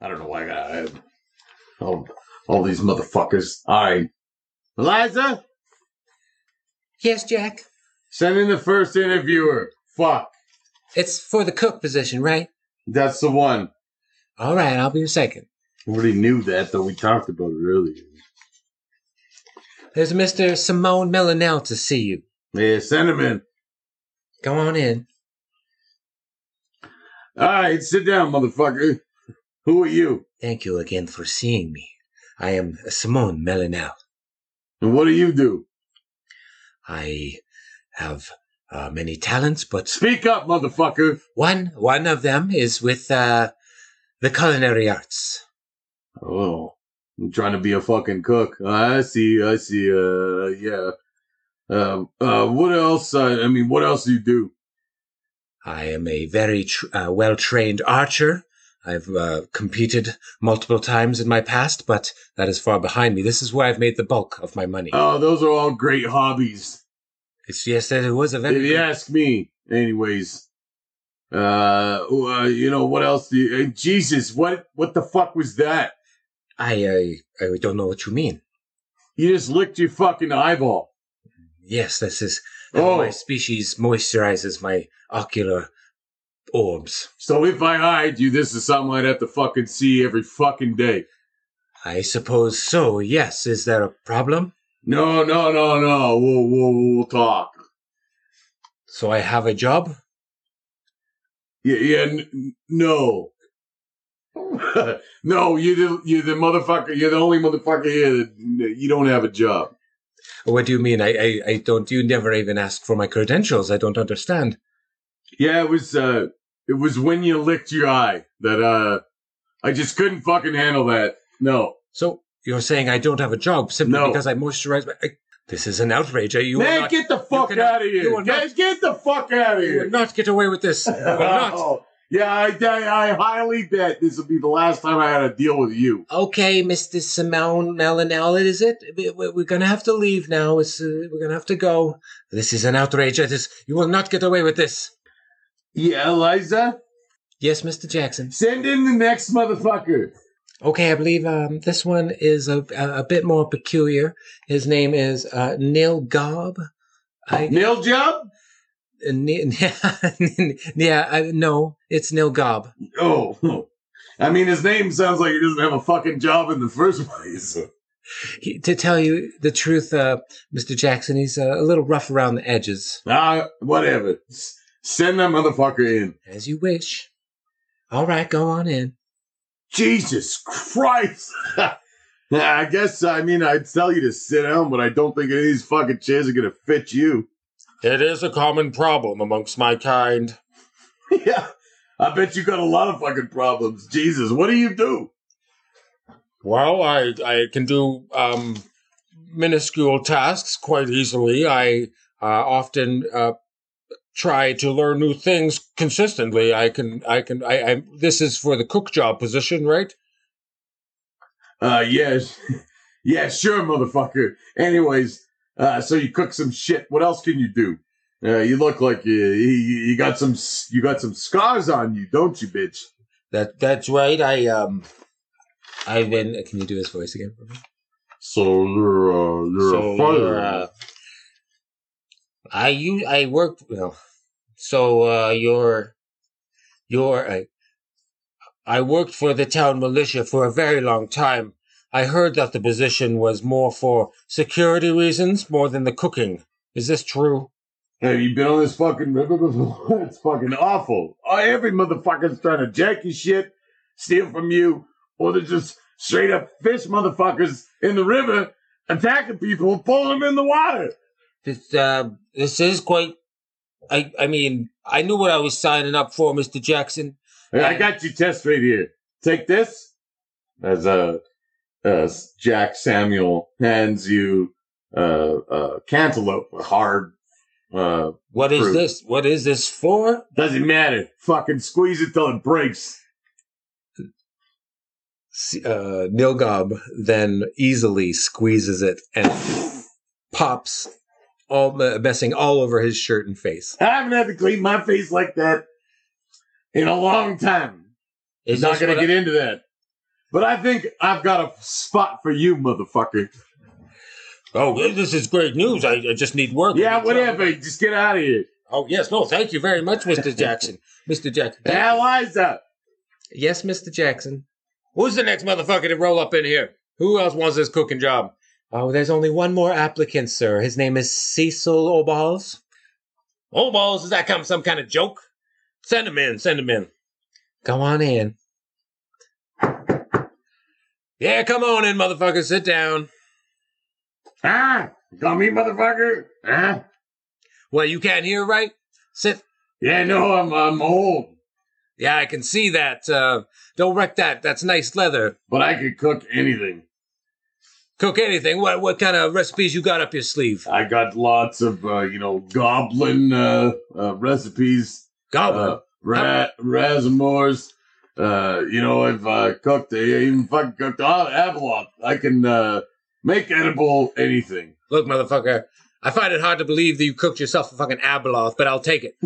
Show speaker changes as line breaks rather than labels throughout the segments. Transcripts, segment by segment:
I don't know why I got I, all, Oh, all these motherfuckers. All right. Eliza,
Yes, Jack.
send in the first interviewer. Fuck.
It's for the cook position, right?
That's the one.
All right, I'll be your second.
I already knew that, though. We talked about it earlier.
There's Mr. Simone Millinell to see you.
Yeah, send him in.
Go on in.
All right, sit down, motherfucker. Who are you?
Thank you again for seeing me. I am Simone Millinell.
And what do you do?
I have uh, many talents, but
Speak up, motherfucker.
one one of them is with uh, the culinary arts.
Oh, I'm trying to be a fucking cook. Ah, I see. I see. Uh, yeah. Um, uh, what else? Uh, I mean, what else do you do?
I am a very tr- uh, well trained archer. I've uh, competed multiple times in my past, but that is far behind me. This is where I've made the bulk of my money.
Oh, those are all great hobbies.
It's, yes, it was a
If
very
you ask me, anyways. Uh, uh, you know what else? Do you, uh, Jesus, what what the fuck was that?
I, I I don't know what you mean.
You just licked your fucking eyeball.
Yes, this is
Oh.
my species moisturizes my ocular orbs.
So if I hired you, this is something I'd have to fucking see every fucking day.
I suppose so. Yes, is there a problem?
No, no, no, no. We'll we'll, we'll talk.
So I have a job.
Yeah, yeah, n- n- no. no, you're the, you're the motherfucker. You're the only motherfucker here that you don't have a job.
What do you mean? I, I, I don't. You never even asked for my credentials. I don't understand.
Yeah, it was uh, it was when you licked your eye that uh, I just couldn't fucking handle that. No,
So you're saying I don't have a job simply
No.
because I moisturize my. I, this is an outrage. You
man,
will not,
get the fuck
cannot-
out of
you
here.
will
Get, get the fuck out of
you will
here.
not get away with this. You will not.
Oh, yeah, I, I, I highly bet this will be the last time I had to deal with you.
Okay, Mr. Simone Melanel, is it? We- we- We're going to have to leave now. It's, uh, we're going to have to go. This is an outrage. It is, you will not get away with this.
Yeah, Eliza,
Yes, Mr. Jackson.
send in the next motherfucker.
Okay, I believe um, this one is a, a, a bit more peculiar. His name is uh, Neil Gobb. I,
Nail job?
Uh, Ni- yeah, I, no, it's Neil Gobb.
Oh, I mean, his name sounds like he doesn't have a fucking job in the first place.
He, to tell you the truth, uh, Mr. Jackson, he's uh, a little rough around the edges.
Ah, whatever. S- send that motherfucker in.
As you wish. All right, go on in.
Jesus Christ. I guess, I mean, I'd tell you to sit down, but I don't think any of these fucking chairs are going to fit you.
It is a common problem amongst my kind.
yeah. I bet you got a lot of fucking problems. Jesus, what do you do?
Well, I, I can do um, minuscule tasks quite easily. I uh, often uh, try to learn new things consistently. I can I can I, I this is for the cook job position, right?
Uh, yes. yeah, sure, motherfucker. Anyways, uh, so you cook some shit. What else can you do? Uh, you look like you, you, you got some, s- you got some scars on you, don't you, bitch?
That that's right. I um
I've been. Can you do his voice again? for me?
So you're, uh, you're a fighter.
uh, I you I work well. So uh, you're you're uh, I worked for the town militia for a very long time. I heard that the position was more for security reasons more than the cooking. Is this true?
Have you been on this fucking river before? It's fucking awful. Uh, Every motherfucker's trying to jack your shit, steal from you, or they're just straight up fish motherfuckers in the river attacking people, pulling them in the water.
This uh, this is quite. I I mean I knew what I was signing up for, Mister Jackson.
Hey, I got your test right here. Take this. As uh, uh, Jack Samuel hands you uh, uh, cantaloupe, a hard. Uh,
What is
Fruit.
this? What is this for?
doesn't matter. Fucking squeeze it till it breaks.
S- Uh, Nilgob then easily squeezes it and pops, all uh, messing all over his shirt and face.
I haven't had to clean my face like that in a long time.
Is
not
this
going
what
to
I-
get into that. But I think I've got a spot for you, motherfucker.
Oh, well, this is great news. I, I just need work.
Yeah, whatever. Just get out of here.
Oh, yes. No, thank you very much, Mr. Jackson. Mr. Jackson.
Eliza.
Yes, Mr. Jackson.
Who's the next motherfucker to roll up in here? Who else wants this cooking job?
Oh, there's only one more applicant, sir. His name is Cecil Oballs.
Oh, balls, is that come some kind of joke? Send him in, send him in.
Go on in.
Yeah, come on in, motherfucker. Sit down.
Ah, you call me motherfucker? Ah. Huh?
Well, you can't hear right? Sit.
Yeah, no, I'm I'm old,
Yeah, I can see that. Uh, don't wreck that. That's nice leather.
but I could cook anything.
Cook anything. What what kind of recipes you got up your sleeve?
I got lots of uh, you know goblin uh, uh, recipes,
Goblin.
uh, ra- rasmors. Uh, you know, I've uh, cooked, I even fucking cooked all avalon. I can uh, make edible anything.
Look, motherfucker, I find it hard to believe that you cooked yourself a fucking abaloth, but I'll take it.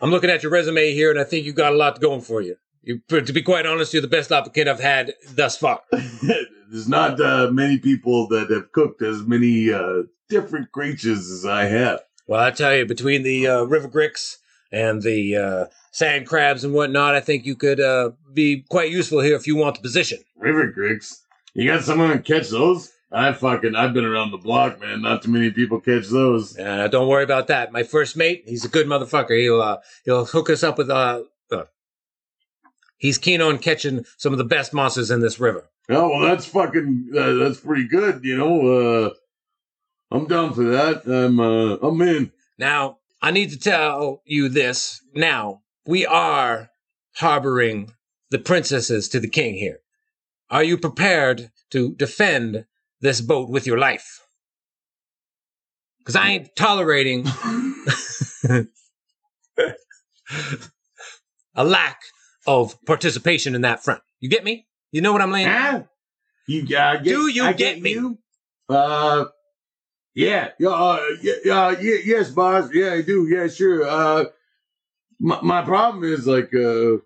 I'm looking at your resume here, and I think you got a lot going for you. you to be quite honest, you're the best applicant I've had thus far.
There's not uh, many people that have cooked as many uh, different creatures as I have.
Well, I tell you, between the uh, river gricks and the uh, sand crabs and whatnot, I think you could uh, be quite useful here if you want the position.
River Creeks. You got someone to catch those? I fucking I've been around the block, man. Not too many people catch those.
Uh, don't worry about that. My first mate, he's a good motherfucker. He'll uh, he'll hook us up with. Uh, uh, he's keen on catching some of the best monsters in this river.
Oh well, that's fucking uh, that's pretty good, you know. Uh, I'm down for that. I'm uh, I'm in.
Now, I need to tell you this. Now, we are harboring the princesses to the king here. Are you prepared to defend this boat with your life? Because I ain't tolerating a lack of participation in that front. You get me? You know what I'm laying?
Huh? You uh, get,
Do you
I
get me?
You? Uh, yeah, yeah, uh, yeah, uh, yeah, yes, boss. Yeah, I do. Yeah, sure. Uh, my, my problem is like uh,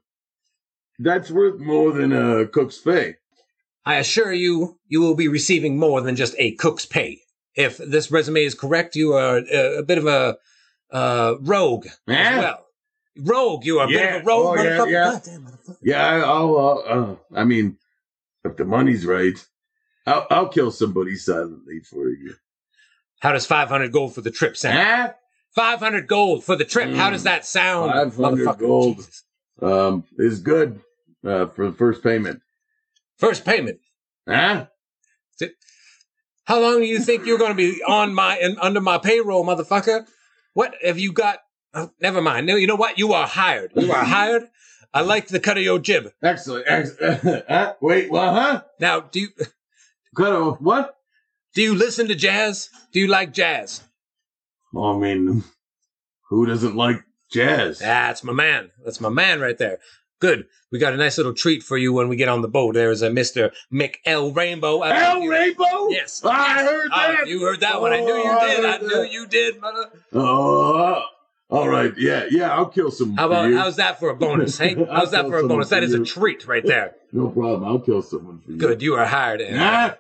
that's worth more than uh, cook's pay.
I assure you, you will be receiving more than just a cook's pay. If this resume is correct, you are a, a bit of a uh, rogue
Huh?
as well. Rogue, you are a bit
Yeah.
of a rogue,
Oh, yeah,
motherfucker.
yeah.
Goddamn motherfucker.
Yeah, I- I'll. Uh, uh, I mean, if the money's right, I'll, I'll kill somebody silently for you.
How does 500 gold for the trip sound?
Huh?
500 gold for the trip. How
Mm.
does that sound?
500
motherfucker?
gold.
Jesus.
Um, is good uh, for the first payment.
First payment.
Huh?
How long do you think you're going to be on my and under my payroll, motherfucker? What have you got? Oh, never mind. No, you know what? You are hired. You are hired. I like the cut of your jib.
Excellent. Ex- huh? Wait, what? Huh?
Now, do you
Cut off what?
Do you listen to jazz? Do you like jazz?
I mean, who doesn't like jazz?
That's my man. That's my man right there. Good. We got a nice little treat for you when we get on the boat. There is a Mr. Mick L. Rainbow. I
El
believe you-
Rainbow?
Yes.
I
yes.
heard
Oh,
that.
you heard that one. I knew
Oh,
you
I
did. I
heard
knew
that.
you did, mother.
Oh, all right. Yeah, yeah. I'll kill some.
How
for
about
you.
how's that for a bonus? Hey,
I'll
how's that
tell
for a bonus?
someone
That is a
you-
treat right there.
No problem. I'll kill someone for you.
Good. You are hired. Ed.
Huh?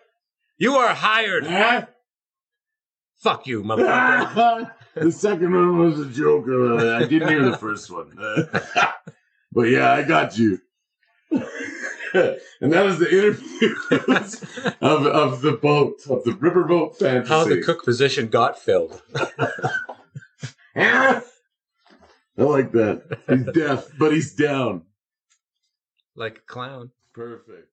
You are hired.
Huh?
Fuck you, motherfucker.
the second one was a joke. Uh, I didn't hear the first one. Uh, but yeah, I got you. and that is the interview of, of the boat, of the riverboat fantasy.
How the cook position got filled.
Ah! I like that. He's deaf, but he's down.
Like a clown.
Perfect.